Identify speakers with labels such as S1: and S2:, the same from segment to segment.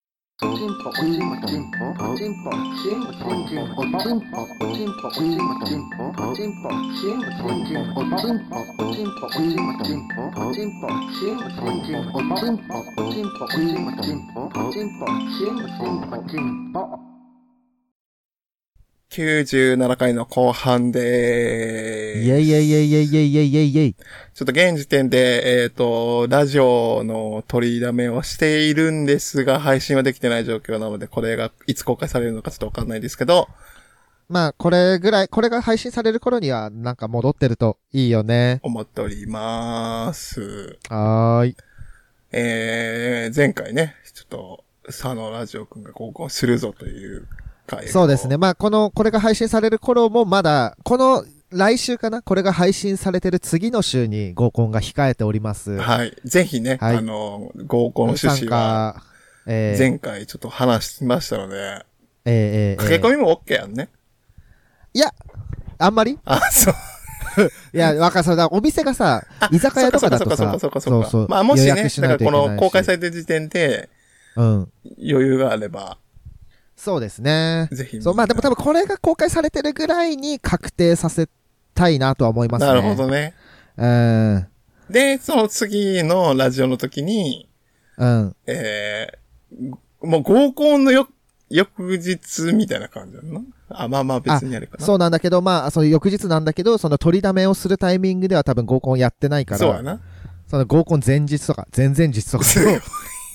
S1: チンポおチンポチンポおチンポチンポチンポおチンポおチンポおチンポチンポおチンポチンポチンポおチンポおチンポおチンポチンポおチンポチンポチンポおチンポおチンポチンポチンポおチンポチンポチンポチンポ
S2: 97回の後半でーす。
S3: イェイイェイイェイイェイイェイイェイイェイイェイ。
S2: ちょっと現時点で、えっ、と、ラジオの取りだめをしているんですが、配信はできてない状況なので、これがいつ公開されるのかちょっとわかんないですけど、
S3: まあ、これぐらい、これが配信される頃には、なんか戻ってるといいよね。
S2: 思っております。
S3: はーい。
S2: えー、前回ね、ちょっと、佐野ラジオくんが合コンするぞという回を
S3: そうですね。。まあ、この、これが配信される頃もまだ、この、来週かなこれが配信されてる次の週に合コンが控えております。
S2: はい。ぜひね、
S3: はい
S2: あの、合コンの趣
S3: 参
S2: 旨は、
S3: 加、えー、
S2: 前回ちょっと話しましたので、
S3: えー、えー、えー
S2: 駆け込みも OK やんね。
S3: いや、あんまり
S2: あ、そう。
S3: いや、わかそうだ。お店がさ、居酒屋とかだとさ、
S2: そうかそうかそうかそうかそうか。まあもし
S3: 予
S2: ね、
S3: 約
S2: だ
S3: し
S2: か
S3: ない
S2: ら
S3: とい
S2: こ
S3: けないし
S2: の公開されてる時点で
S3: うん。
S2: 余裕があれば、
S3: そうですね。
S2: ぜひ。
S3: そう、まあでも多分これが公開されてるぐらいに確定させたいなとは思いますね。
S2: なるほどね。
S3: うん。
S2: で、その次のラジオの時に、
S3: うん。
S2: えー、もう合コンのよ、翌日みたいな感じなのあ、まあまあ別にあれかな。
S3: そうなんだけど、まあ、その翌日なんだけど、その取りだめをするタイミングでは多分合コンやってないから、
S2: そうやな。
S3: その合コン前日とか、前々日 とか
S2: そう
S3: の、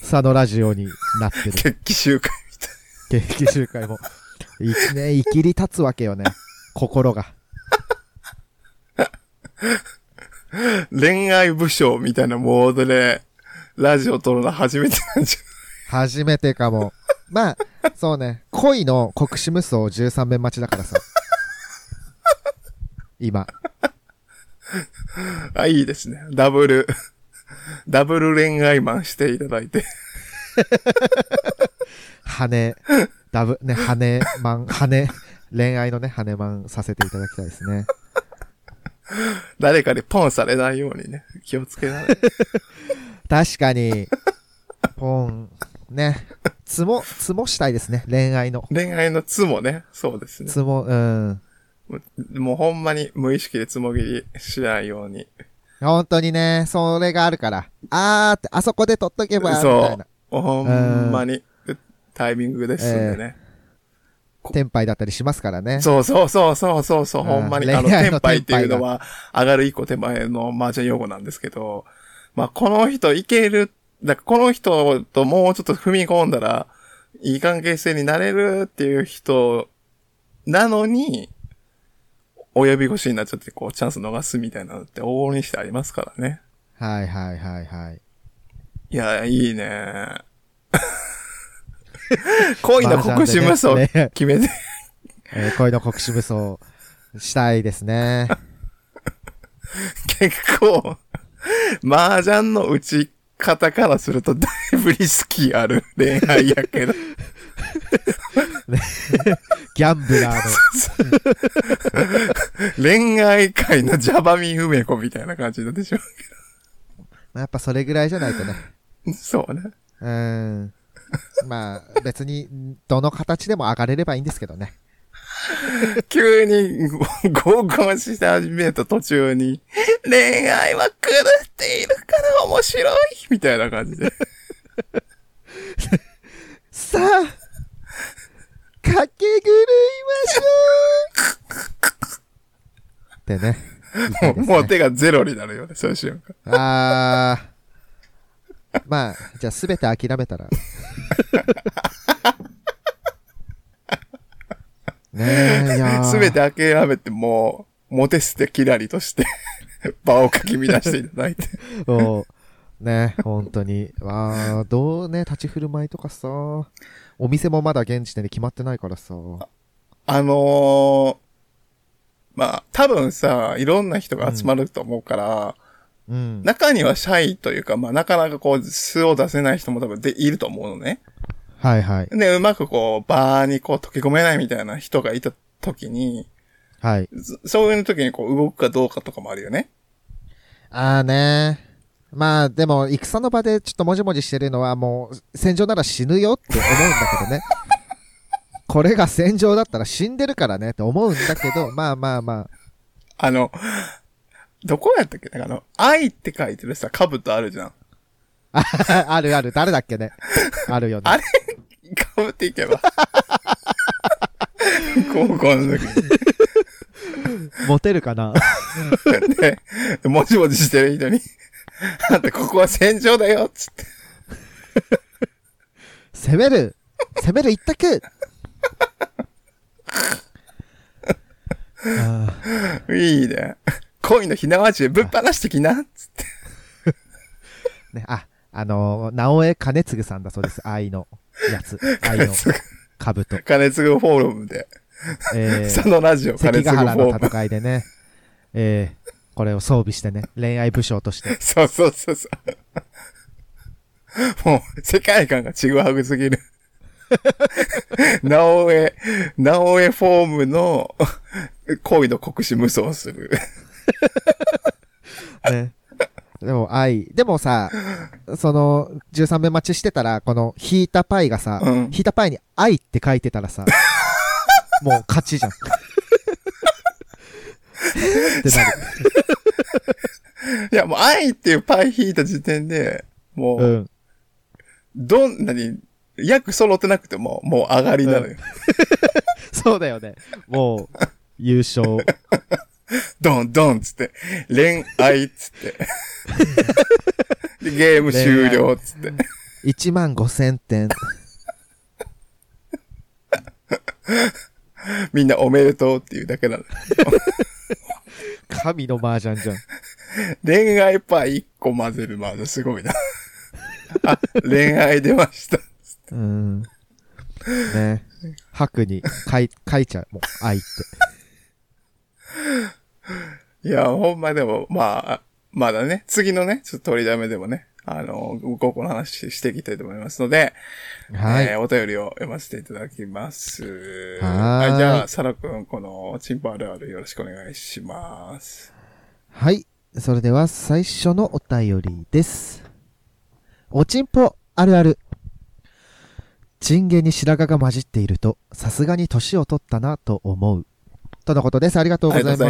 S3: 佐野ラジオになってる。
S2: 決起集会みたい
S3: 定期集会も。一年生きり立つわけよね。心が。
S2: な。恋愛武将みたいなモードで、ラジオ撮るの初めてなんじ
S3: 初めてかも。まあ、そうね。恋の国士無双13面待ちだからさ。今。
S2: ゃん。あ、いいですね。ダブル、ダブル恋愛マンしていただいて。
S3: 羽、ダブ、ね、羽、マン、羽、恋愛のね、羽マンさせていただきたいですね。
S2: 誰かにポンされないようにね、気をつけながら。
S3: 確かに、ポン、ね、つも、つもしたいですね、恋愛の。
S2: 恋愛のつもね、そうですね。
S3: つも、うん。
S2: もうもうほんまに無意識でつもぎりしないように。
S3: 本当にね、それがあるから。あーって、あそこで取っとけば、みたい
S2: そ
S3: な。
S2: う。ほんまに、タイミングですんでね。
S3: テンパイだったりしますからね。
S2: そうそうそうそうそうそう、
S3: うん
S2: ほんまに。
S3: 恋
S2: あ
S3: 愛
S2: の、
S3: の
S2: テンパイっ
S3: テン
S2: て
S3: パイが
S2: いうのは、上がる一個手前の麻雀用語なんですけど、まあ、この人いける、だからこの人ともうちょっと踏み込んだら、いい関係性になれるっていう人なのに、及び腰になっちゃって、こう、チャンス逃すみたいなのって往々にしてありますからね。
S3: はいはいはいはい。
S2: いや、いい ね。恋の国士無双
S3: 麻雀でね
S2: 決めて、
S3: えー恋の国士無双したいですね。
S2: 結構、麻雀の打ち方からするとだいぶリスキーある恋愛や けど。
S3: ギャンブ ラーの。
S2: 恋愛界のジャバミン梅子みたいな感じになってしまう
S3: まあやっぱそれぐらいじゃないとね。
S2: けど。そうね。
S3: うーん。まあ、別に、どの形でも上がれればいいんですけどね。
S2: 急に合コンし始めた途中に、恋愛は狂っているから面白いみたいな感じで。
S3: さあ、駆け狂いましょうってね。
S2: もうもう手がゼロになるよね、そういう瞬間。
S3: あー。まあ、じゃあすべて諦めたら。ねえ、いやー
S2: すべて諦めてもう、モテ捨てキラリとして、 場をかき乱していただいて。
S3: そう。ね、本当に。わあ、どうね、立ち振る舞いとかさ、お店もまだ現時点で決まってないからさ。
S2: あのー、まあ、多分さ、いろんな人が集まると思うから、
S3: うん。
S2: 中にはシャイというか、まあ、なかなかこう、素を出せない人も多分でいると思うのね。
S3: はいはい。
S2: で、うまくこう、バーにこう、溶け込めないみたいな人がいた時に、
S3: はい。
S2: そそういう時にこう、動くかどうかとかもあるよね。
S3: ああねまあ、でも、戦の場でちょっともじもじしてるのは、もう、戦場なら死ぬよって思うんだけどね。これが戦場だったら死んでるからねって思うんだけど、まあまあま
S2: あの、どこやったっけなんかあの、愛って書いてるさ、兜あるじゃん。
S3: あ。あるある、誰だっけね。あるよね
S2: あ。れ、被っていけば。高校の時
S3: モテるかな
S2: に。で、もじもじしてる人に、あんたここは戦場だよっつって。
S3: 攻める攻める一択ああ
S2: いいね。恋の火縄銃ぶっ放してきなっつって。
S3: ね、あ、あのー、直江兼次さんだそうです。愛のやつ。愛
S2: 金
S3: の
S2: 継ぐ、
S3: 兜。
S2: 金継ぐフォーラムで。
S3: え
S2: 佐
S3: ー、
S2: 野ラジオ、金継
S3: 関ヶ
S2: ぐフォ
S3: 原の
S2: ーラム。
S3: 戦いでね、えー、これを装備してね、恋愛武将として。
S2: そうそうそうそう。もう、世界観がちぐはぐすぎる。なおえ、なおえフォームの恋の国士無双する。
S3: ね。でも愛、でもさ、その、13目待ちしてたら、この、引いたパイがさ、
S2: うん
S3: 引いたパイに愛って書いてたらさ、もう勝ちじゃん。ってなる。
S2: いや、もう愛っていうパイ引いた時点で、も
S3: う
S2: う、
S3: ん。
S2: どんなに、役揃ってなくても、もう上がりなのよ。
S3: そうだよね。もう、優勝。
S2: ドンドンっつって、恋愛っつ って。でゲーム終了っつって。
S3: 1万5千点。
S2: みんなおめでとうっていうだけなの。
S3: 神の麻雀じゃん。
S2: 恋愛パイ1個混ぜるマージャンす ごいな。あ、恋愛出ました。
S3: うん。ね。白に書い、書いちゃう。もう、愛って。
S2: いや、ほんまでも、まあ、まだね、次のね、ちょっと取りだめでもね、あの、ごこの話していきたいと思いますので、
S3: はい。
S2: えーお便りを読ませていただきます。
S3: はーい
S2: じゃあ、サラくん、この、チンパあるあるよろしくお願いします。
S3: はい。それでは最初のお便りです。おちんぽあるある。チンゲに白髪が混じっていると、さすがに年を取ったなと思う。とのことです。ありがとうございます。あ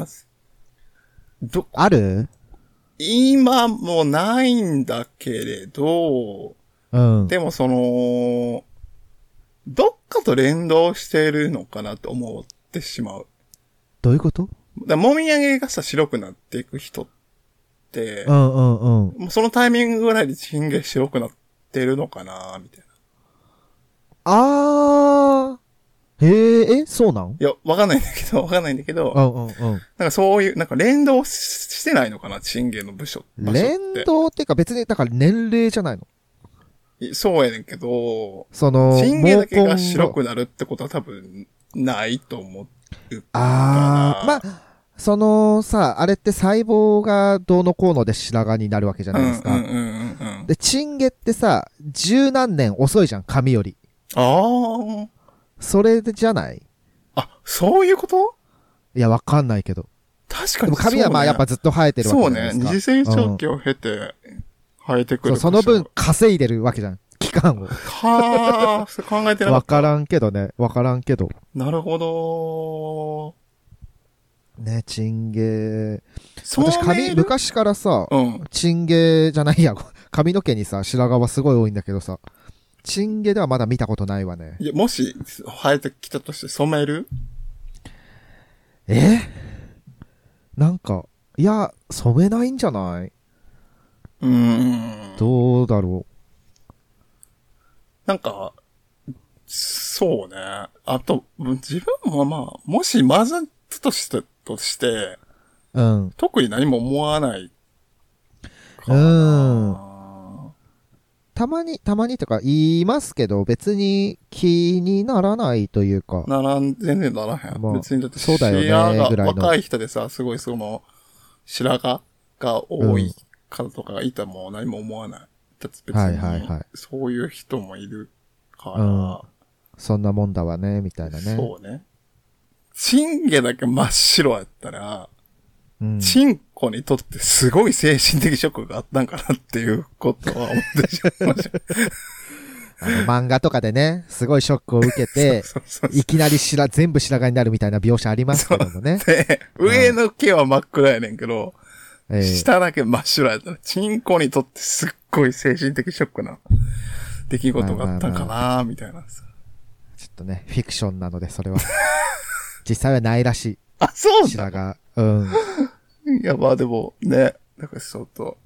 S2: ます。ど、
S3: る
S2: 今もないんだけれど、
S3: うん。
S2: でもその、どっかと連動してるのかなと思ってしまう。
S3: どういうこと
S2: だからもみあげがさ、白くなっていく人って
S3: う、んうんうん。
S2: もうそのタイミングぐらいでチンゲ白くなってるのかなみたいな。
S3: あー。へえ、え、そうなん
S2: いや、わかんないんだけど、わかんないんだけど、
S3: う
S2: なん
S3: んうんうん。
S2: かそういう、なんか連動ししてないのかなチンゲの部署。場所って
S3: 連動っていうか別に、だから年齢じゃないの。
S2: いそうやねんけど、
S3: その、
S2: チンゲだけ
S3: 毛根
S2: が
S3: の
S2: 白くなるってことは多分、ないと思う。
S3: ああ、まあ、そのさ、あれって細胞がどうのこうので白髪になるわけじゃないですか。
S2: うんうんうんうんうん。
S3: で、チンゲってさ、十何年遅いじゃん、髪より。
S2: ああ。
S3: それでじゃない
S2: あ、そういうこと
S3: いや、わかんないけど。
S2: 確か
S3: で
S2: に
S3: も髪はまあやっぱずっと生えてるわ
S2: そう
S3: けじゃないで
S2: ね。
S3: すか。
S2: 二次成長期を経て生えてく
S3: そ
S2: るで
S3: う、
S2: し
S3: そ
S2: ょ、
S3: の分稼いでるわけじゃん。期 間を。
S2: はあ、それ考えてなか
S3: わ
S2: っ
S3: からんけどね。わからんけど。
S2: た。なるほど。
S3: ね、チンゲ。
S2: そう
S3: 私
S2: メ
S3: 髪、
S2: ール
S3: 昔からさ、
S2: うん。
S3: チンゲじゃないや、 髪の毛にさ、白髪はすごい多いんだけどさ、チンゲではまだ見たことないわね。
S2: いや、もし、生えてきたとして染める
S3: えなんか、いや、染めないんじゃないう
S2: ーん。
S3: どうだろ
S2: なんか、そうね。あと、自分もまあ、もし混ざったとして、として、
S3: う。うん。
S2: 特に何も思わない。
S3: うん。
S2: あ
S3: たまに、たまにとか言いますけど、別に気にならないというか
S2: ー。ならん、全然ならへん。
S3: まあ
S2: 別にだって、
S3: そうだよね
S2: 視野
S3: ぐ
S2: が
S3: らいの
S2: 若い人でさ、すごいその、白髪が多い方とかがいたらもう何も思わない。だって別
S3: はいはいは
S2: に
S3: い、
S2: そういう人もいるから、
S3: うんそんなもんだわね、みたいなね。
S2: そうね。チンゲだけ真っ白やったら、
S3: うん。
S2: チンコにとってすごい精神的ショックがあったんかなっていうことは思ってしまいました。
S3: あの漫画とかでね、すごいショックを受けて、
S2: そうそう
S3: いきなり白、全部白髪になるみたいな描写ありますけどもね。
S2: で、上の毛は真っ暗やねんけど、
S3: ええ
S2: 下だけ真っ白やったら、チンコにとってすっごい精神的ショックな出来事があったんかなみたいなさ。
S3: ちょっとね、フィクションなので、それは。実際はないらし
S2: あ、そ
S3: い。
S2: うだ
S3: 白髪。うん。
S2: いや、まあでも、ね。だから相当、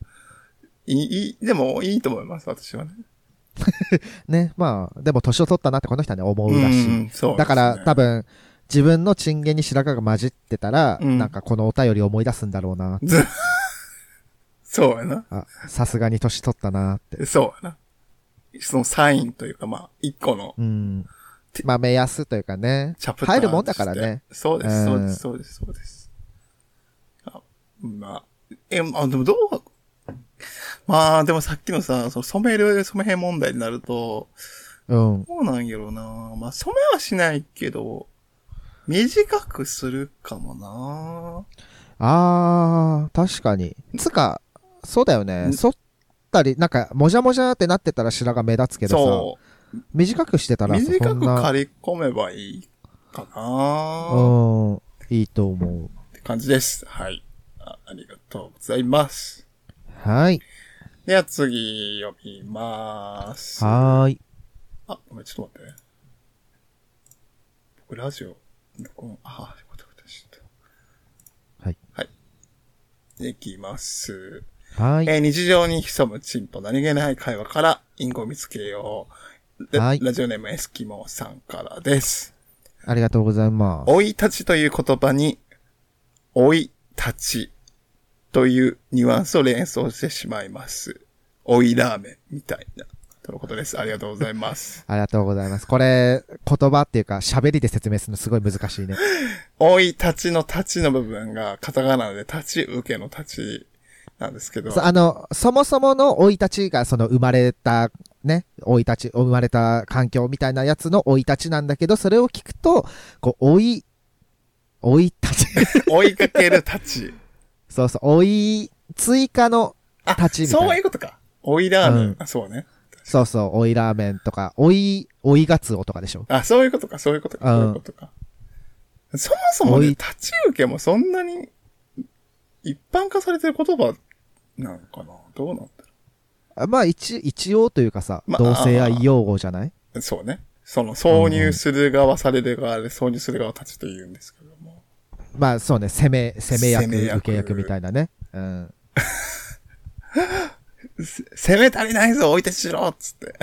S2: いい、いいでもいいと思います、私はね。
S3: ね、まあ、でも年を取ったなってこの人はね、思うらしい。
S2: ん、そう、
S3: だから、多
S2: 分、
S3: 分、自分のチンゲンに白髪が混じってたら、
S2: うん
S3: なんかこのお便りを思い出すんだろうな。
S2: ずそうやな。
S3: あ、さすがに年取ったなって。
S2: そうやな。そのサインというか、まあ、一個の
S3: うん。まあ、目安というかね。
S2: チャプター
S3: 入るもんだからね。
S2: として。そうで
S3: う
S2: す、
S3: ん
S2: そうです、そうです、そうです。あまあ、え、まあ、でもどう、まあ、でもさっきのさ、その染める、染めへん問題になると、
S3: うん。
S2: どうなんやろうな。まあ、染めはしないけど、短くするかも
S3: あー、確かに。つか、そうだよね。
S2: ん
S3: 剃ったり、なんか、もじゃもじゃってなってたら白髪目立つけ
S2: な。そ
S3: どさ、短くしてた
S2: う。
S3: らそんな、
S2: 短く刈り込めばいいかな。っ
S3: うん、いいと思う。
S2: て感じです。はいあ。ありがとうございます。
S3: はい。
S2: では次、読みます。
S3: はーい。
S2: あ、ごめん、ちょっと待ってね。僕、ラジオ、録音、あ、よかったよかった、ちょっ
S3: はい。
S2: と。いきます。
S3: はーい。
S2: えー日常に潜むチンポ何気ない会話から、インゴを見つけよう。で
S3: はい
S2: ラジオネームエスキモーさんからです。
S3: ありがとうございます。
S2: 追い立ちという言葉に、追い立ちというニュアンスを連想してしまいます。追いラーメンみたいな、とのことです。ありがとうございます。
S3: ありがとうございます。これ、言葉っていうか、喋りで説明するのすごい難 しいね。
S2: 追い立ちの立ちの部分が、カタカナで立ち受けの立ちなんですけど、
S3: そうあの、そもそもの生い立ちが、その生まれた、ね、生い立ち、生まれた環境みたいなやつの生い立ちなんだけど、それを聞くと、こう、生い、生い立ち、
S2: 追いかける立ち。
S3: そうそう、生い、追加の、
S2: あ、
S3: 立ちみたいな
S2: そういうことか。追いラーメン。
S3: うん
S2: あ、そうね。
S3: そうそう、生いラーメンとか、生い、生いがつおとかでしょ。
S2: あ、そういうことか、そういうことか、
S3: うん
S2: そういうことか。そもそもね、
S3: 追い
S2: 立ち受けもそんなに一般化されてる言葉なのかなどうなんだろ
S3: あまあ、一、一応というかさ、
S2: まあ。
S3: 同性愛用語じゃないう
S2: そうね。その、挿入する側、される側で挿入する側立ちと言うんですけども。
S3: まあ、そうね、攻め、攻め役、
S2: 攻め役
S3: 受け役みたいなね。うん。
S2: せ攻め足りないぞ、追い立ちしろっつって。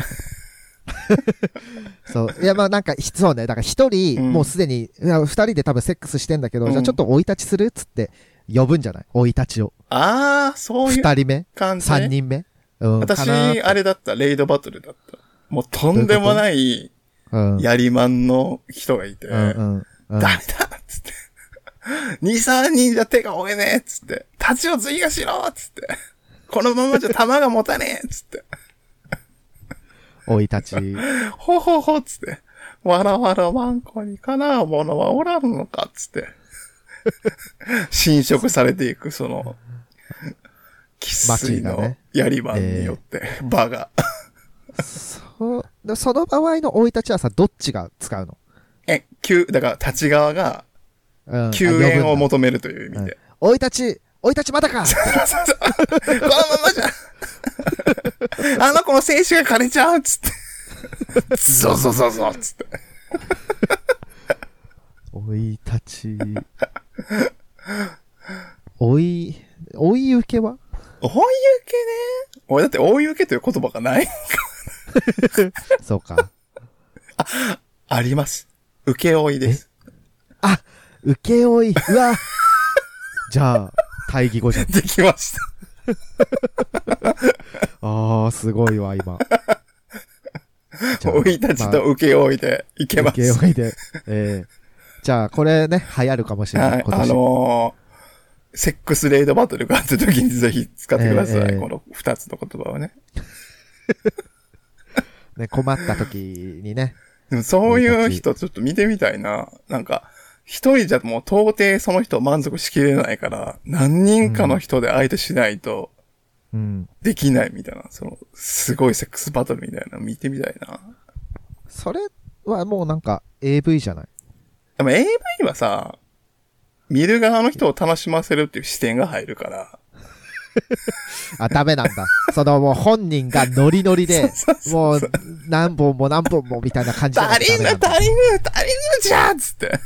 S3: そう。いや、まあなんか、ひそうね。だから一人、
S2: うん
S3: もうすでに、いや二人で多分セックスしてんだけど、
S2: うん
S3: じゃあちょっと追い立ちするっつって、呼ぶんじゃない追い立ちを。
S2: あー、そういう
S3: 二人目
S2: 感じね。
S3: 三人目うん。か
S2: 私、
S3: なーって
S2: あれだった、レイドバトルだった。もうとんでもない
S3: うん。
S2: やりまんの人がいて、
S3: うん
S2: ダ
S3: う
S2: メ
S3: ん。うん。
S2: だっつって。2、3人じゃ手が負えねえっつって。立ちを追加しろっつって。このままじゃ弾が持たねえっつって。
S3: 追い立ち。
S2: ほほほっつって。わらわらわんこにかなうものはおらんのかっつって。侵食されていく、その、喫水
S3: マッチーが
S2: の
S3: ね
S2: やりまんによって、場が。
S3: そう。でその場合の追い立ちはさ、どっちが使うの
S2: え、急、だから立ち側が、
S3: うん。
S2: 救援を
S3: も
S2: 求めるという意
S3: う
S2: 味
S3: ん
S2: で。。
S3: 追い立ち、追い立ちまだ か
S2: そうそうそうこのままじ ゃ、あの子の精子が枯れちゃうっつって。そうそうそうそうっつって。
S3: 追い立ち。追い、追い受けは
S2: 大受けね。俺だって大受けという言葉がない。
S3: そうか。
S2: あります。受け負いです。
S3: あ、受け負い。うわ。 じゃあ、大義語じゃん。
S2: できました。
S3: あー、すごいわ、今。じゃあ
S2: 生い立ちと受け負いでいけ
S3: まあ
S2: ま
S3: 受け
S2: す。
S3: 負いで。えーじゃあ、これね、流行るかもしれな。
S2: はいい。
S3: 今
S2: あ
S3: 年。
S2: のー、セックスレイドバトルがあった時にぜひ使ってください。
S3: ええええ
S2: この二つの言葉をね。
S3: ね、困った時にね。
S2: でもそういう人ちょっと見てみたいな。なんか、一人じゃもう到底その人を満足しきれないから、何人かの人で相手しないと
S3: うん。
S2: できないみたいな、その、すごいセックスバトルみたいなの見てみたいな。
S3: それはもうなんか AV じゃない
S2: でも AV はさ、見る側の人を楽しませるっていう視点が入るから、
S3: あ、ダメなんだ。 そのもう本人がノリノ リで、もう何本も何本もみたいな感じじゃない
S2: 足
S3: と
S2: り
S3: ダ
S2: ぬ
S3: メなんだ
S2: 足りぬ足りぬじゃんつって。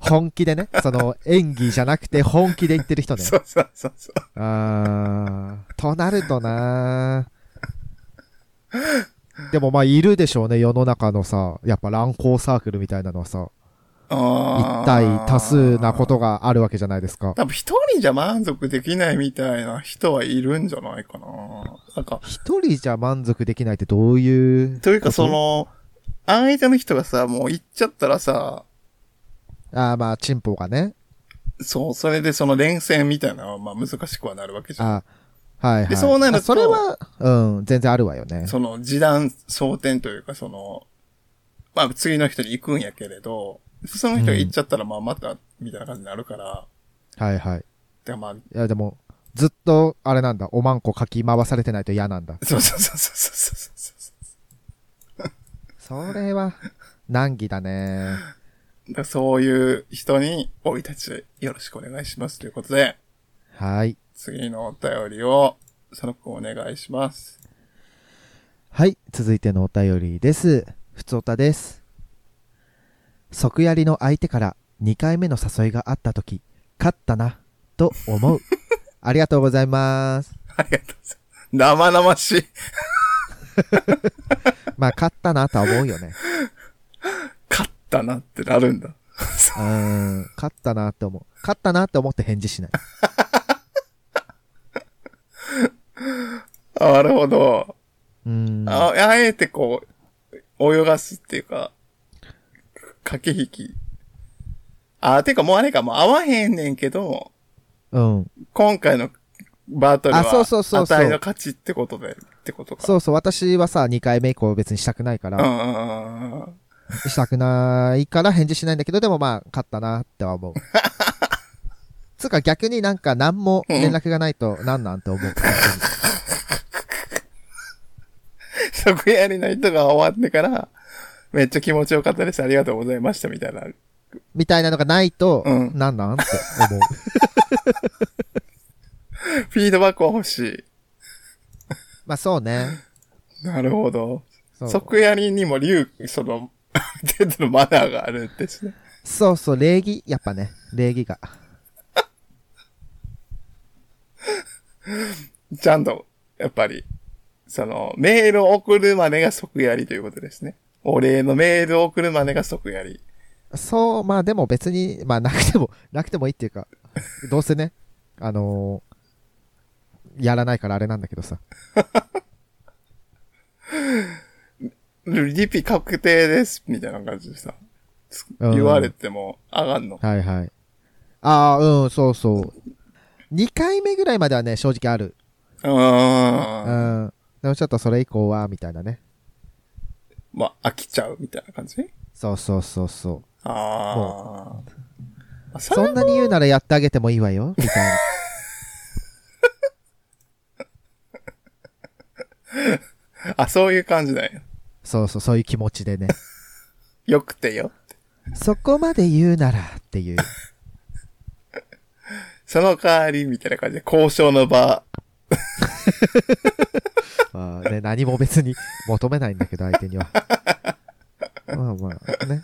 S3: 本気でね、その演技じゃなくて本気で言ってる人ね。
S2: そうそうそうそう。
S3: あーとなるとなでもまあいるでしょうね、世の中のさ、やっぱ乱交サークルみたいなのはさ、
S2: あー
S3: 一体多数なことがあるわけじゃないですか。
S2: 多分一人じゃ満足できないみたいな人はいるんじゃないかな。なんか、
S3: 一人じゃ満足できないってどういう。
S2: というかそ、の、相手の人がさ、もう行っちゃったらさ、
S3: ああまあ、チンポがね。
S2: そう、それでその連戦みたいなのはまあ難しくはなるわけじゃん。
S3: あはいはい。
S2: でそうなると
S3: あそれは、うん、全然あるわよね。
S2: その、時短、争点というか、その、まあ次の人に行くんやけれど、その人が行っちゃったらまあまた、みたいな感じになるから、
S3: はいはい。い
S2: てかまあ、
S3: や、でも、ずっと、あれなんだ、おまんこかき回されてないと嫌なんだ。
S2: そうそうそうそうそうそうそう。
S3: それは、難儀だね。
S2: だからそういう人に、おいたち、よろしくお願いしますということで、
S3: はい。
S2: 次のお便りを、佐野くんお願いします。
S3: はい、続いてのお便りです。ふつおたです。即やりの相手から2回目の誘いがあったとき、勝ったな、と思う。ありがとうございます。
S2: ありがとうございます。生々しい。
S3: まあ、勝ったなとは思うよね。
S2: 勝ったなってなるんだ。
S3: うーん、勝ったなって思う。勝ったなって思って返事しない。
S2: あなるほど。
S3: うーん。
S2: ああえてこう、泳がすっていうか、駆け引き。あ、てかもうあれか、もう合わへんねんけど、
S3: うん。
S2: 今回のバトルは、
S3: あそうそうそうそう
S2: 値の勝ちってことで、ってことか。
S3: そうそう、私はさ、2回目以降別にしたくないか
S2: うんう
S3: ら、
S2: んうんうん うん。
S3: したくないから返事しないんだけど、でもまあ、勝ったなっては 思う。つうか逆になんか何も連絡がないとなんなんて思う。
S2: 食やりの人が終わってから、めっちゃ気持ちよかったです。ありがとうございました、みたいな。
S3: みたいなのがないと、
S2: うん
S3: なんなんって 思う。
S2: フィードバックは欲し
S3: まあそうね。
S2: い。なるほど。
S3: そう
S2: 即やりにも竜、その、 ある程度のマナーがあるんですね。
S3: そうそう、礼儀、やっぱね、礼儀が。
S2: ちゃんと、やっぱり、その、メールを送るまでが即やりということですね。お礼のメールを送るまでが即やり。
S3: そう、まあでも別に、まあなくても、 なくてもいいっていうか、どうせね、あのーやらないからあれなんだけどさ。
S2: リピ確定です、みたいな感じでさ、つ
S3: うん
S2: 言われても上がんの。
S3: はいはい。ああ、うん、そうそう。2回目ぐらいまではね、正直ある。
S2: う
S3: う
S2: ーん。
S3: ん。でもちょっとそれ以降は、みたいなね。
S2: まあ、飽きちゃうみたいな感じ
S3: そうそうそうそう。
S2: ああ。そ
S3: そんなに言うならやってあげてもいいわよ、みたいな。
S2: あ、そういう感じだよ。
S3: そうそう、そういう気持ちでね。
S2: よくてよ。
S3: そこまで言うならっていう。
S2: その代わり、みたいな感じで、交渉の場。
S3: まあね、何も別に求めないんだけど、相手には。まあまあ、ね。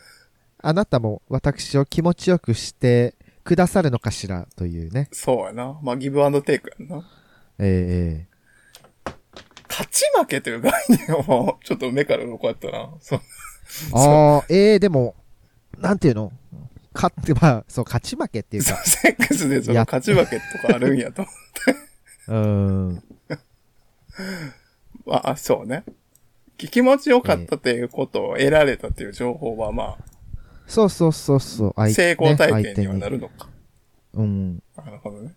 S3: あなたも私を気持ちよくしてくださるのかしらというね。
S2: そうやな。まあ、ギブアンドテイクやんな。
S3: え
S2: 勝ち負けという概念を、ちょっと目から動かったな。そう。
S3: えええああ、ええでも、なんていうの勝って、まあ、そう、勝ち負けっていう
S2: そう
S3: か。
S2: セックスでその
S3: やっ
S2: 勝ち負けとかあるん やと。
S3: うーん。
S2: まあ、そうね。き気持ちよかったっていうことを得られたっていう情報は、ま
S3: そうそうそうそう。
S2: あ、
S3: 相
S2: 成功体験には
S3: ね
S2: なるのか。
S3: 相手にうん。
S2: なるほどね。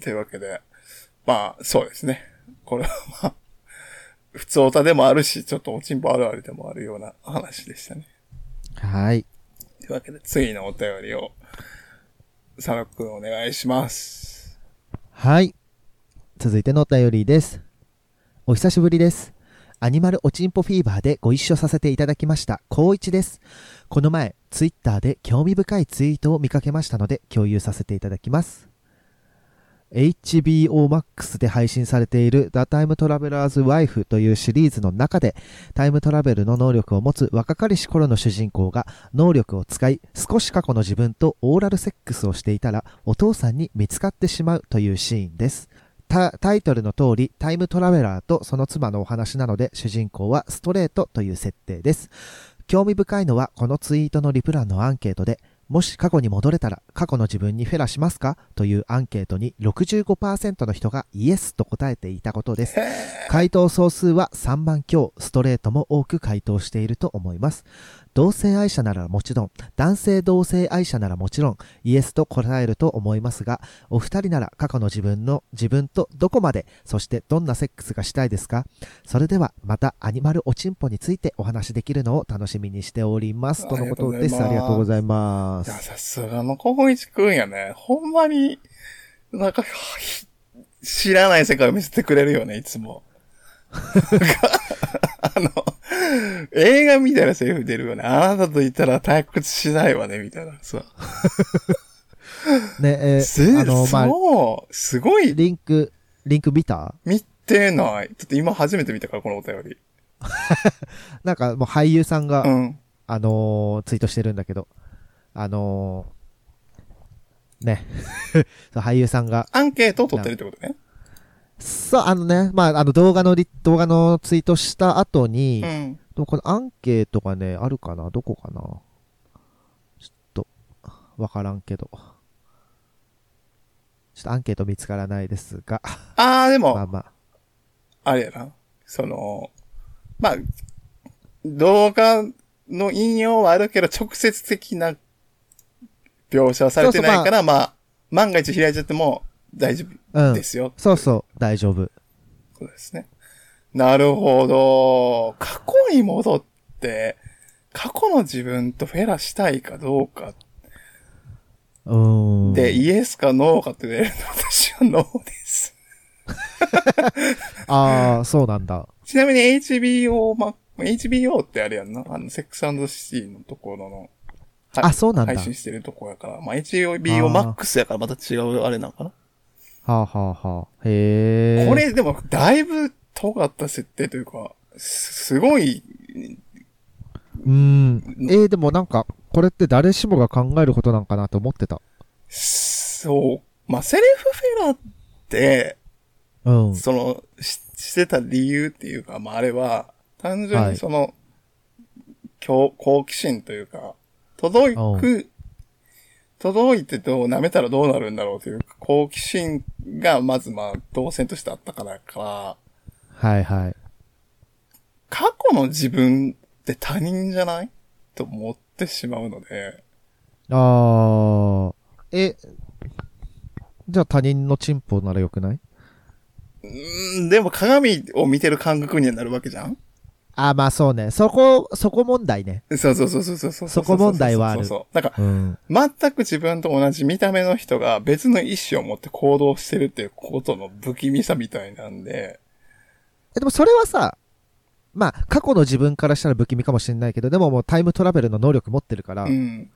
S2: というわけで、まあ、そうですね。これはまあ、普通オタでもあるし、ちょっとおちんぽあるあるでもあるような話でしたね。
S3: はい。
S2: というわけで、次のお便りを、佐野くんお願いします。
S3: はい。続いてのお便りです。お久しぶりです。アニマルおちんぽフィーバーでご一緒させていただきました、高一です。この前、ツイッターで興味深いツイートを見かけましたので、共有させていただきます。HBO Max で配信されている The Time Traveler's Wife というシリーズの中で、タイムトラベルの能力を持つ若かりし頃の主人公が能力を使い少し過去の自分とオーラルセックスをしていたらお父さんに見つかってしまうというシーンですたタイトルの通りタイムトラベラーとその妻のお話なので主人公はストレートという設定です興味深いのはこのツイートのリプランのアンケートでもし過去に戻れたら過去の自分にフェラしますかというアンケートに65%の人がイエスと答えていたことです回答総数は3万強、ストレートも多く回答していると思います。同性愛者ならもちろん、男性同性愛者ならもちろん、イエスと答えると思いますが、お二人なら過去の自分の、自分とどこまで、そしてどんなセックスがしたいですかそれでは、またアニマルおちんぽについてお話しできるのを楽しみにしております。とのことです。あ
S2: あ
S3: り
S2: り
S3: が
S2: がとう
S3: とうご
S2: ご
S3: ざいま
S2: いや、
S3: す。
S2: さすがの小一くんやね。ほんまに、なんか、ひ知らない世界を見せてくれるよね、いつも。なんかあの、映画みたいなセリフ出るよね。あなたといたら退屈しないわね、みたいなさ。
S3: ね、え
S2: す、
S3: ーあの、まあ、
S2: そう、すごい、
S3: リンク、リンク見た
S2: 見てない。ちょっと今初めて見たから、このお便り。
S3: なんかもう俳優さんが、
S2: うん。
S3: あのーツイートしてるんだけど、あのーね、 そう俳優さんが、
S2: アンケートを取ってるってことね。
S3: そう、あのね、まあ、あの動画のリ、動画のツイートした後に、
S2: う
S3: で
S2: ん。
S3: もこのアンケートがね、あるかなどこかなちょっと、わからんけど。ちょっとアンケート見つからないですが、
S2: あー、でも、
S3: まあまあ、
S2: あれやな。その、まあ、動画の引用はあるけど、直接的な描写はされてないから、まあ、万が一開いちゃっても大丈
S3: う
S2: 夫
S3: ん
S2: で。すよ。
S3: そうそう、大丈夫。
S2: ことですね。なるほど。過去に戻って、過去の自分とフェラしたいかどうか
S3: うーん。
S2: で、イエスかノーかって言われると私はノーです。
S3: ああ、そうなんだ。
S2: ちなみに HBO、ま、HBO ってあれやんな。あの、セックスシティのところの、は
S3: あ、そうなんだ。
S2: 配
S3: は
S2: 信してるとこやから。まあ、HBO Max やからまた違うあれなんかな。
S3: あ、はあはあ、へえ。
S2: これでも、だいぶ尖った設定というか、すすごい、
S3: うん。えー、でもなんか、これって誰しもが考えることなんかなと思ってた。
S2: そう、まあ、セルフフェラって、
S3: うん。
S2: そのし、してた理由っていうか、まあ、あれは、単純
S3: はい
S2: にその、好好奇心というか、届く、届いてどう舐めたらどうなるんだろうという好奇心が、まずまあ、動線としてあったからやから、
S3: はいはい。
S2: 過去の自分って他人じゃないと思ってしまうので、
S3: あー。え、じゃあ他人のチンポならよくないう
S2: ーん、でも鏡を見てる感覚にはなるわけじゃん
S3: あー、まあそうね。そこ、そこ問題ね。
S2: そうそうそうそうそうそう。
S3: そこ問題はある
S2: そうそうそう。なんか、
S3: うん。
S2: 全く自分と同じ見た目の人が別の意思を持って行動してるっていうことの不気味さみたいなんで、
S3: え、でもそれはさ、まあ、過去の自分からしたら不気味かもしれないけど、でももうタイムトラベルの能力持ってるから、
S2: うん。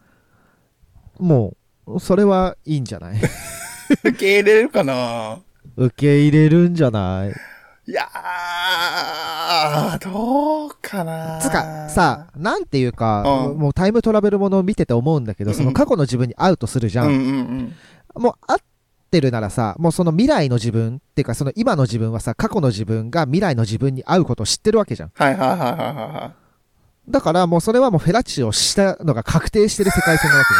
S3: もう、それはいいんじゃない
S2: 受け入れるかな
S3: 受け入れるんじゃない
S2: いやー、どうかな
S3: つか、さ、なんていうか、
S2: うん
S3: もうタイムトラベルものを見てて思うんだけど、その過去の自分に合うとするじゃ
S2: うん
S3: ん。
S2: うんうん。
S3: もう合ってるならさ、もうその未来の自分っていうか、その今の自分はさ、過去の自分が未来の自分に合うことを知ってるわけじゃん。
S2: はいはいはいはいはいはい。
S3: だからもうそれはもうフェラチオをしたのが確定してる世界線なわけ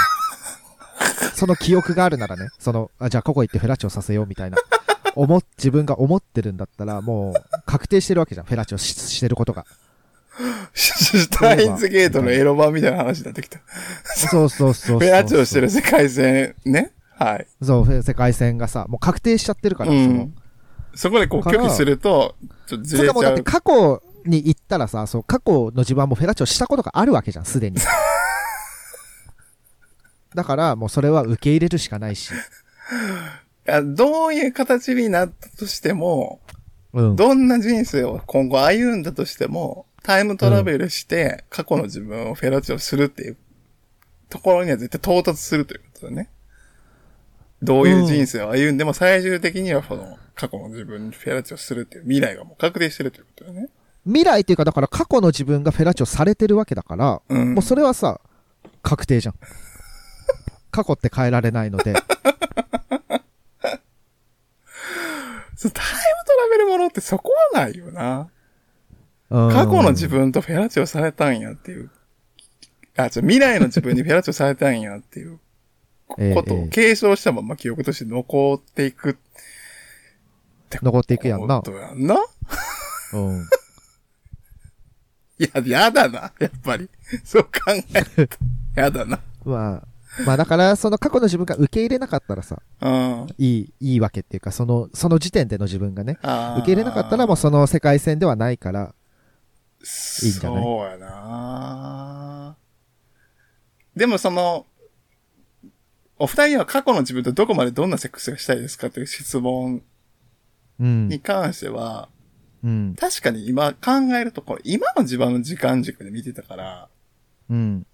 S3: じゃ ん。その記憶があるならね、その、あじゃあここ行ってフェラチオさせようみたいな。思っ自分が思ってるんだったら、もう確定してるわけじゃん。フェラチオししてることが。
S2: シュタインズゲートのエロ版みたいな話になってきた。
S3: そうそうそうそう。
S2: フェアチオしてる世界線ね。はい。
S3: そう、フェ世界線がさ、もう確定しちゃってるから、
S2: う
S3: その
S2: ん。そこでこう
S3: から
S2: 拒否すると、ちょっとず
S3: そ
S2: れ
S3: れかもう
S2: ち
S3: だ
S2: ゃ
S3: って
S2: う。
S3: 過去に行ったらさ、そう、過去の自分はもうフェラチオしたことがあるわけじゃん、すでに。だから、もうそれは受け入れるしかないし。
S2: いやどういう形になったとしても、
S3: うん。
S2: どんな人生を今後歩んだとしても、タイムトラベルして、過去の自分をフェロチオするっていうところには絶対到達するということだね。どういう人生を歩んでも最終的にはその過去の自分にフェラチオするっていう未来がもう確定してるということだね。
S3: 未来っていうか、だから過去の自分がフェラチオされてるわけだから、
S2: うん
S3: もうそれはさ、確定じ ゃん。過去って変えられないので。
S2: そうタイムトラベルものってそこはないよな。過
S3: 過
S2: 去の自分とフェラチオされたんやっていう。あ、じゃ未来の自分にフェラチオされたんやっていうこ
S3: ええ
S2: こと
S3: え
S2: を
S3: え
S2: 継承したまま記憶として残っていく
S3: 残っていくやんな
S2: こ。とやんな。
S3: うん。
S2: いや、やだな、やっぱり。そう考えると。やだな。
S3: まあ、まあだから、その過去の自分が受け入れなかったらさ、
S2: うん。
S3: いい、いいわけっていうか、その、その時点での自分がね、
S2: あー
S3: 受け入れなかったらもうその世界線ではないから、いいんじゃない
S2: そうやなでもその、お二人は過去の自分とどこまでどんなセックスがしたいですかという質問
S3: うん。
S2: に関しては、
S3: うん。
S2: 確かに今考えるとこう、今の自分の時間軸で見てたから、
S3: うん。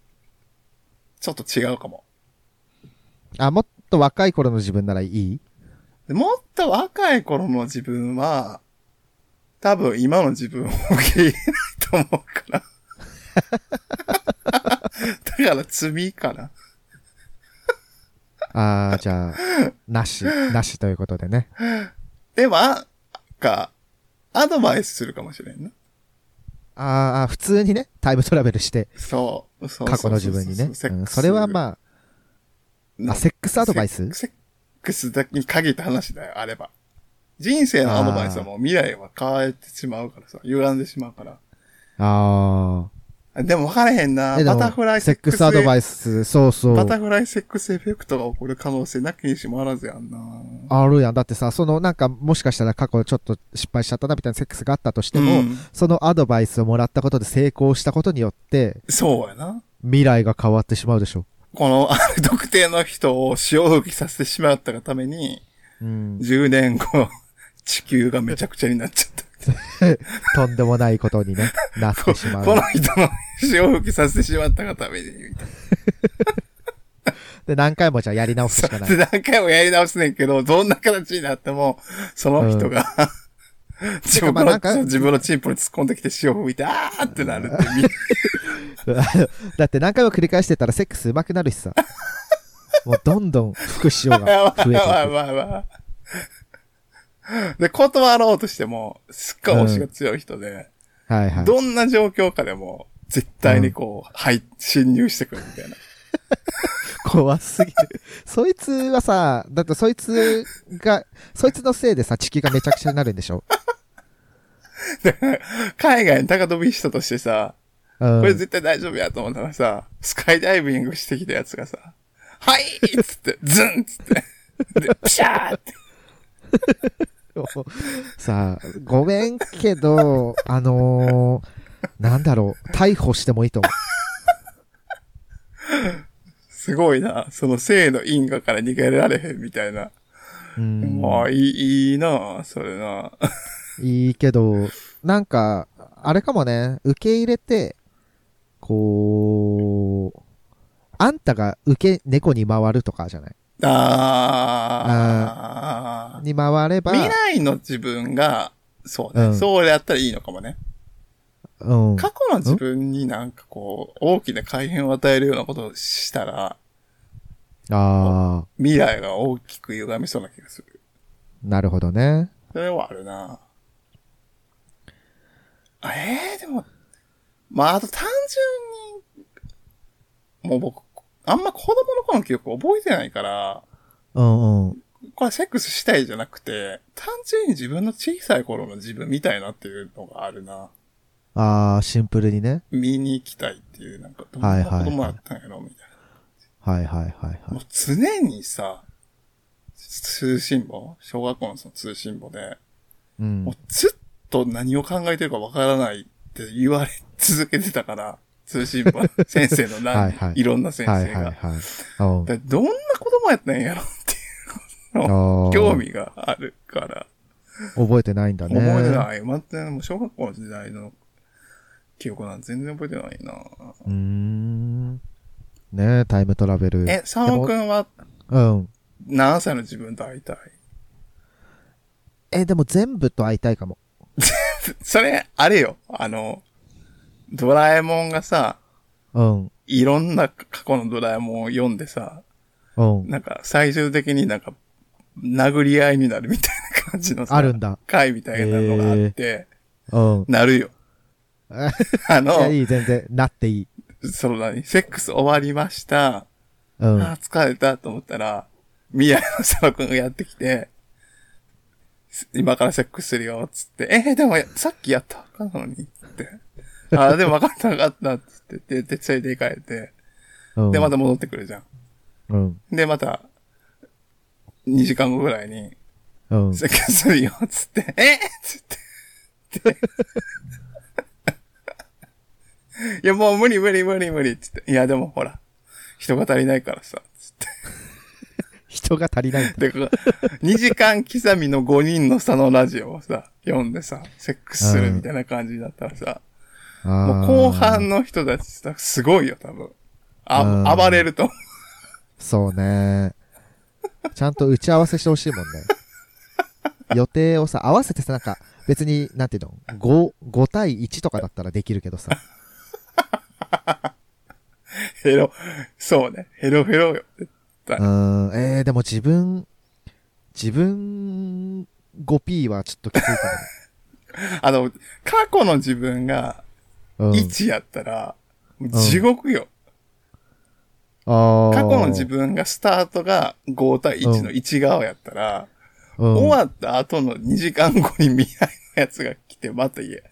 S2: ちょっと違うかも。
S3: あ、もっと若い頃の自分ならいい
S2: でもっと若い頃の自分は、多分今の自分を受け入れないと思うから。 だから罪かな。
S3: あ あ、じゃあ、なし、なしということでね。
S2: では、か、アドバイスするかもしれんな。
S3: ああ、普通にね、タイムトラベルして、
S2: そう。そう
S3: 過去の自分にね。うんそれはまあ、あ、セックスアドバイス
S2: セックスだけに限った話だよ、あれば。人生のアドバイスはもう未来は変えてしまうからさ、歪んでしまうから。
S3: あ
S2: あでも分からへんな。
S3: あ。えで
S2: バ
S3: も
S2: タフライ
S3: セックスアド
S2: イ
S3: バイス、そうそ
S2: バ
S3: う。
S2: タフライセックスエフェクトが起こる可能性なきにしもあらずやんな。
S3: あるやん。だってさ、そのなんか、もしかしたら過去ちょっと失敗しちゃったなみたいなセックスがあったとしても、
S2: うん
S3: そのアドバイスをもらったことで成功したことによって、
S2: そうやな。
S3: 未来が変わってしまうでしょ。
S2: この、ある特定の人を潮吹きさせてしまったがために、
S3: うん。
S2: 10年後、地球がめちゃくちゃになっちゃった。
S3: とんでもないことにね、なってしま
S2: こ
S3: う
S2: の。人の潮吹きさせてしまったがために、みたい
S3: で、何回もじゃあやり直すしか
S2: な。
S3: な
S2: で、
S3: い。
S2: 何回もやり直すねんけど、どんな形になっても、その人が、 自分
S3: まあなんか
S2: の、自分のチンポに突っ込んできて潮吹いて、あーってなるってみんな
S3: だって何回も繰り返してたらセックス上手くなるしさ。もうどんどん副使用が 増えて い
S2: まあ
S3: く。
S2: まあ まあ。で、断ろうとしても、すっごい推しが強い人で、
S3: はいはい。
S2: どんな状況下でも、絶対にこう、はい、侵入してくるみたいな。
S3: 怖すぎる。そいつはさ、だってそいつが、そいつのせいでさ、地球がめちゃくちゃになるんでしょ。
S2: 海外に高飛びしたとしてさ、
S3: うん
S2: これ絶対大丈夫やと思ったらさ、スカイダイビングしてきたやつがさ、はいっつって、ズンっつって、で、ピシャーって。
S3: さあ、ごめん けど、あのー、なんだろう、逮捕してもいいと思
S2: すごいな。その性の因果から逃げられへんみたいな。
S3: う。うん、
S2: もういい、いいなそれな。
S3: いいけど、なんか、あれかもね、受け入れて、こう、あんたが受け、猫に回るとかじゃない
S2: あー。
S3: に回れば、
S2: 未来の自分が、そうね、
S3: うん
S2: そうやったらいいのかもね。
S3: うん。
S2: 過去の自分になんかこう、大きな改変を与えるようなことをしたら、
S3: ああ、
S2: 未来が大きく歪みそうな気がする。
S3: なるほどね。
S2: それはあるなあええでも、まあ、あと単純に、もう僕、あんま子供の頃の記憶覚えてないから、
S3: うんうん。
S2: これはセックスしたいじゃなくて、単純に自分の小さい頃の自分みたいなっていうのがあるな。
S3: ああ、シンプルにね。
S2: 見に行きたいっていう、なんか、どん
S3: は
S2: な
S3: いはいはい
S2: 子供だったんやろ、みたい
S3: はいはいはいはい。
S2: な。もう常にさ、通信簿小学校のその通信簿で、
S3: うん
S2: もう。ずっと何を考えてるかわからないって言われ続けてたから、通信 簿、先生の
S3: は
S2: 欄
S3: いはい
S2: に、いろんな先
S3: はい
S2: 生
S3: はい
S2: が。
S3: はい。うん
S2: だどんな子供やったんやろって
S3: あー
S2: 興味があるから。
S3: 覚えてないんだね。
S2: 覚えてない。待って、もう小学校の時代の記憶なんて全然覚えてないな。
S3: うーん。ねえ、タイムトラベル。
S2: え、佐野くんは
S3: うん。
S2: 何歳の自分と会いたい
S3: え、でも全部と会いたいかも。
S2: それ、あれよ。あの、ドラえもんがさ、
S3: うん。
S2: いろんな過去のドラえもんを読んでさ、
S3: うん。
S2: なんか最終的になんか殴り合いになるみたいな感じのさ、
S3: あるんだ。
S2: 回みたいなのがあって、
S3: うん。
S2: なるよ。あ
S3: いや、
S2: の、
S3: いい、全然。なっていい。
S2: その何、セックス終わりました。
S3: うん。
S2: あー疲れたと思ったら、宮野佐野くんがやってきて、す今からセックスするよ、つって、えーでもや、さっきやったかのに、って。 ああ、でも分かった分かった、つって、で、で、連れて行かれて、
S3: うん
S2: で、また戻ってくるじゃん。
S3: うん。
S2: で、また、2時間後ぐらいに、
S3: うん。
S2: セックスするよ、つって、えーつって、でいや、もう無理無理無理無理、つって。いや、でもほら、人が足りないからさ、つって。
S3: 人が足りないんだ。
S2: で、こう2時間刻みの5人の差のラジオをさ、読んでさ、セックスするみたいな感じになったらさ、 もう後半
S3: の。
S2: の人たちさ、すごいよ、多分。
S3: う
S2: あ、
S3: ん
S2: 暴れると思う。
S3: そうね。ちゃんと打ち合わせしてほしいもんね。予定をさ、合わせてさ、なんか、別に、なんていうの、5、5対1とかだったらできるけどさ。
S2: ヘロ、そうね、ヘロヘロよ。
S3: うーん、えー、でも自分、自分 5P はちょっときついか
S2: あの、過去の自分が
S3: も。うん、
S2: 1やったら、地獄よ。
S3: あ
S2: 過去の自
S3: 分、
S2: 分がスタートが5対1の1側やったら、
S3: うん、
S2: 終わった後の2時間後に未来のやつが来て、また家、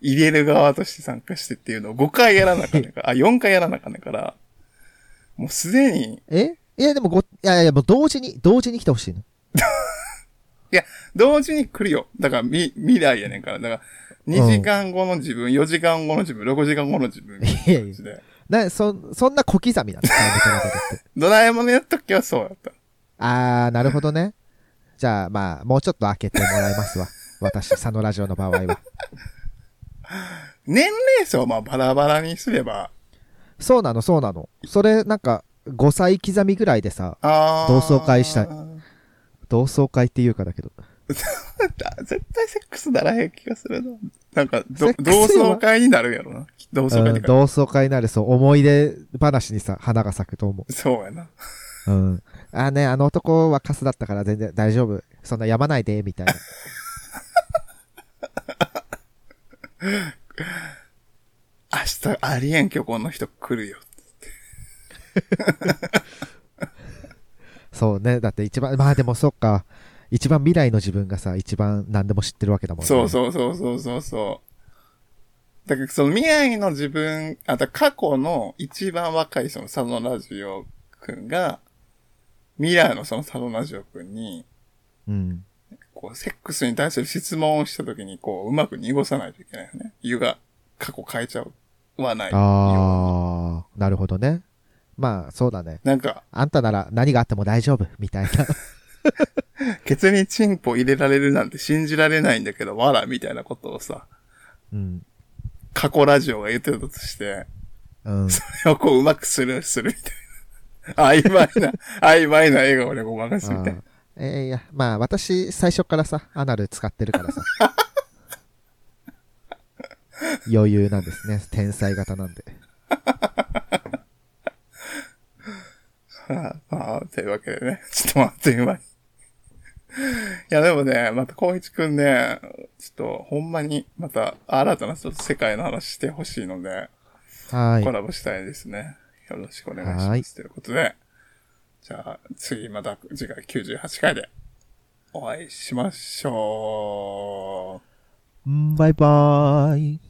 S2: 入れる側として参加してっていうのを5回やらなあかんねん から、あ、4回やらなあかんねんから、もうすでに、
S3: えいや、でもご、いやいや、もう同時に、同時に来てほしいの。
S2: いや、同時に来るよ。だから、み、未来やねんから。だから、2時間後の自分、4時間後の自分、6時間後の自分みたいな感じで。
S3: な、そ、そんな小刻みなのタイムトラベルって。
S2: ドラえもんのやった時はそうやった。
S3: あー、なるほどね。じゃあ、まあ、もうちょっと開けてもらいま すわ。私、佐野ラジオの場合は。
S2: 年齢層をまあバラバラにすれば、
S3: そうなの、そうなの。それ、なんか、5歳刻みぐらいでさ、
S2: あー
S3: 同窓会したい同窓会っていうかだけど。
S2: 絶対セックスならへん気がするな。なんか、
S3: セ
S2: ど
S3: ックス
S2: 同
S3: は
S2: 窓会になるやろな。同窓会
S3: う
S2: っ
S3: ん、
S2: てか、
S3: 同窓会になる、そう、思い出話にさ、花が咲くと思 う。
S2: そうやな。
S3: うん。あーね、あの男はカスだったから全然大丈夫。そんなやまないで、み たいな。
S2: 明日、ありえん虚構の人来るよ。
S3: そうね。だって一番、まあでもそっか。一番未来の自分がさ、一番何でも知ってるわけだもんね。
S2: そう
S3: う。
S2: そうそうそうそうそう。だから、その未来の自分、あと過去の一番若いその佐野ラジオくんが、未来のその佐野ラジオくんに、
S3: うん。
S2: こう、セックスに対する質問をしたときに、こう、うまく濁さないといけないよね。湯が過去変えちゃうはない。
S3: ああ、なるほどね。まあ、そうだね。
S2: なんか、
S3: あんたなら何があっても大丈夫、みたいな。
S2: ケツにチンポ入れられるなんて信じられないんだけど、わら、みたいなことをさ、
S3: うん。
S2: 過去ラジオが言ってたとして、
S3: うん。
S2: それをこううまくスルーするみたいな。曖昧な、曖昧な笑顔でごま かすみたいな。
S3: あーえーいや、まあ私、最初からさ、アナル使ってるからさ。余裕なんですね。天才型なんで。
S2: はあまあ、というわけでね、 ちょっとあっという間に。いや、でもね、また、光一くんね、ちょっと、ほんまに、また、新たなちょっと世界の話してほしいので、
S3: は
S2: コ
S3: ーい。
S2: ラボしたいですね。よろしくお願いし
S3: は
S2: ま
S3: い
S2: す。ということで、じゃあ、次また次回98回でお会いしましょう。
S3: うんバイバーイ。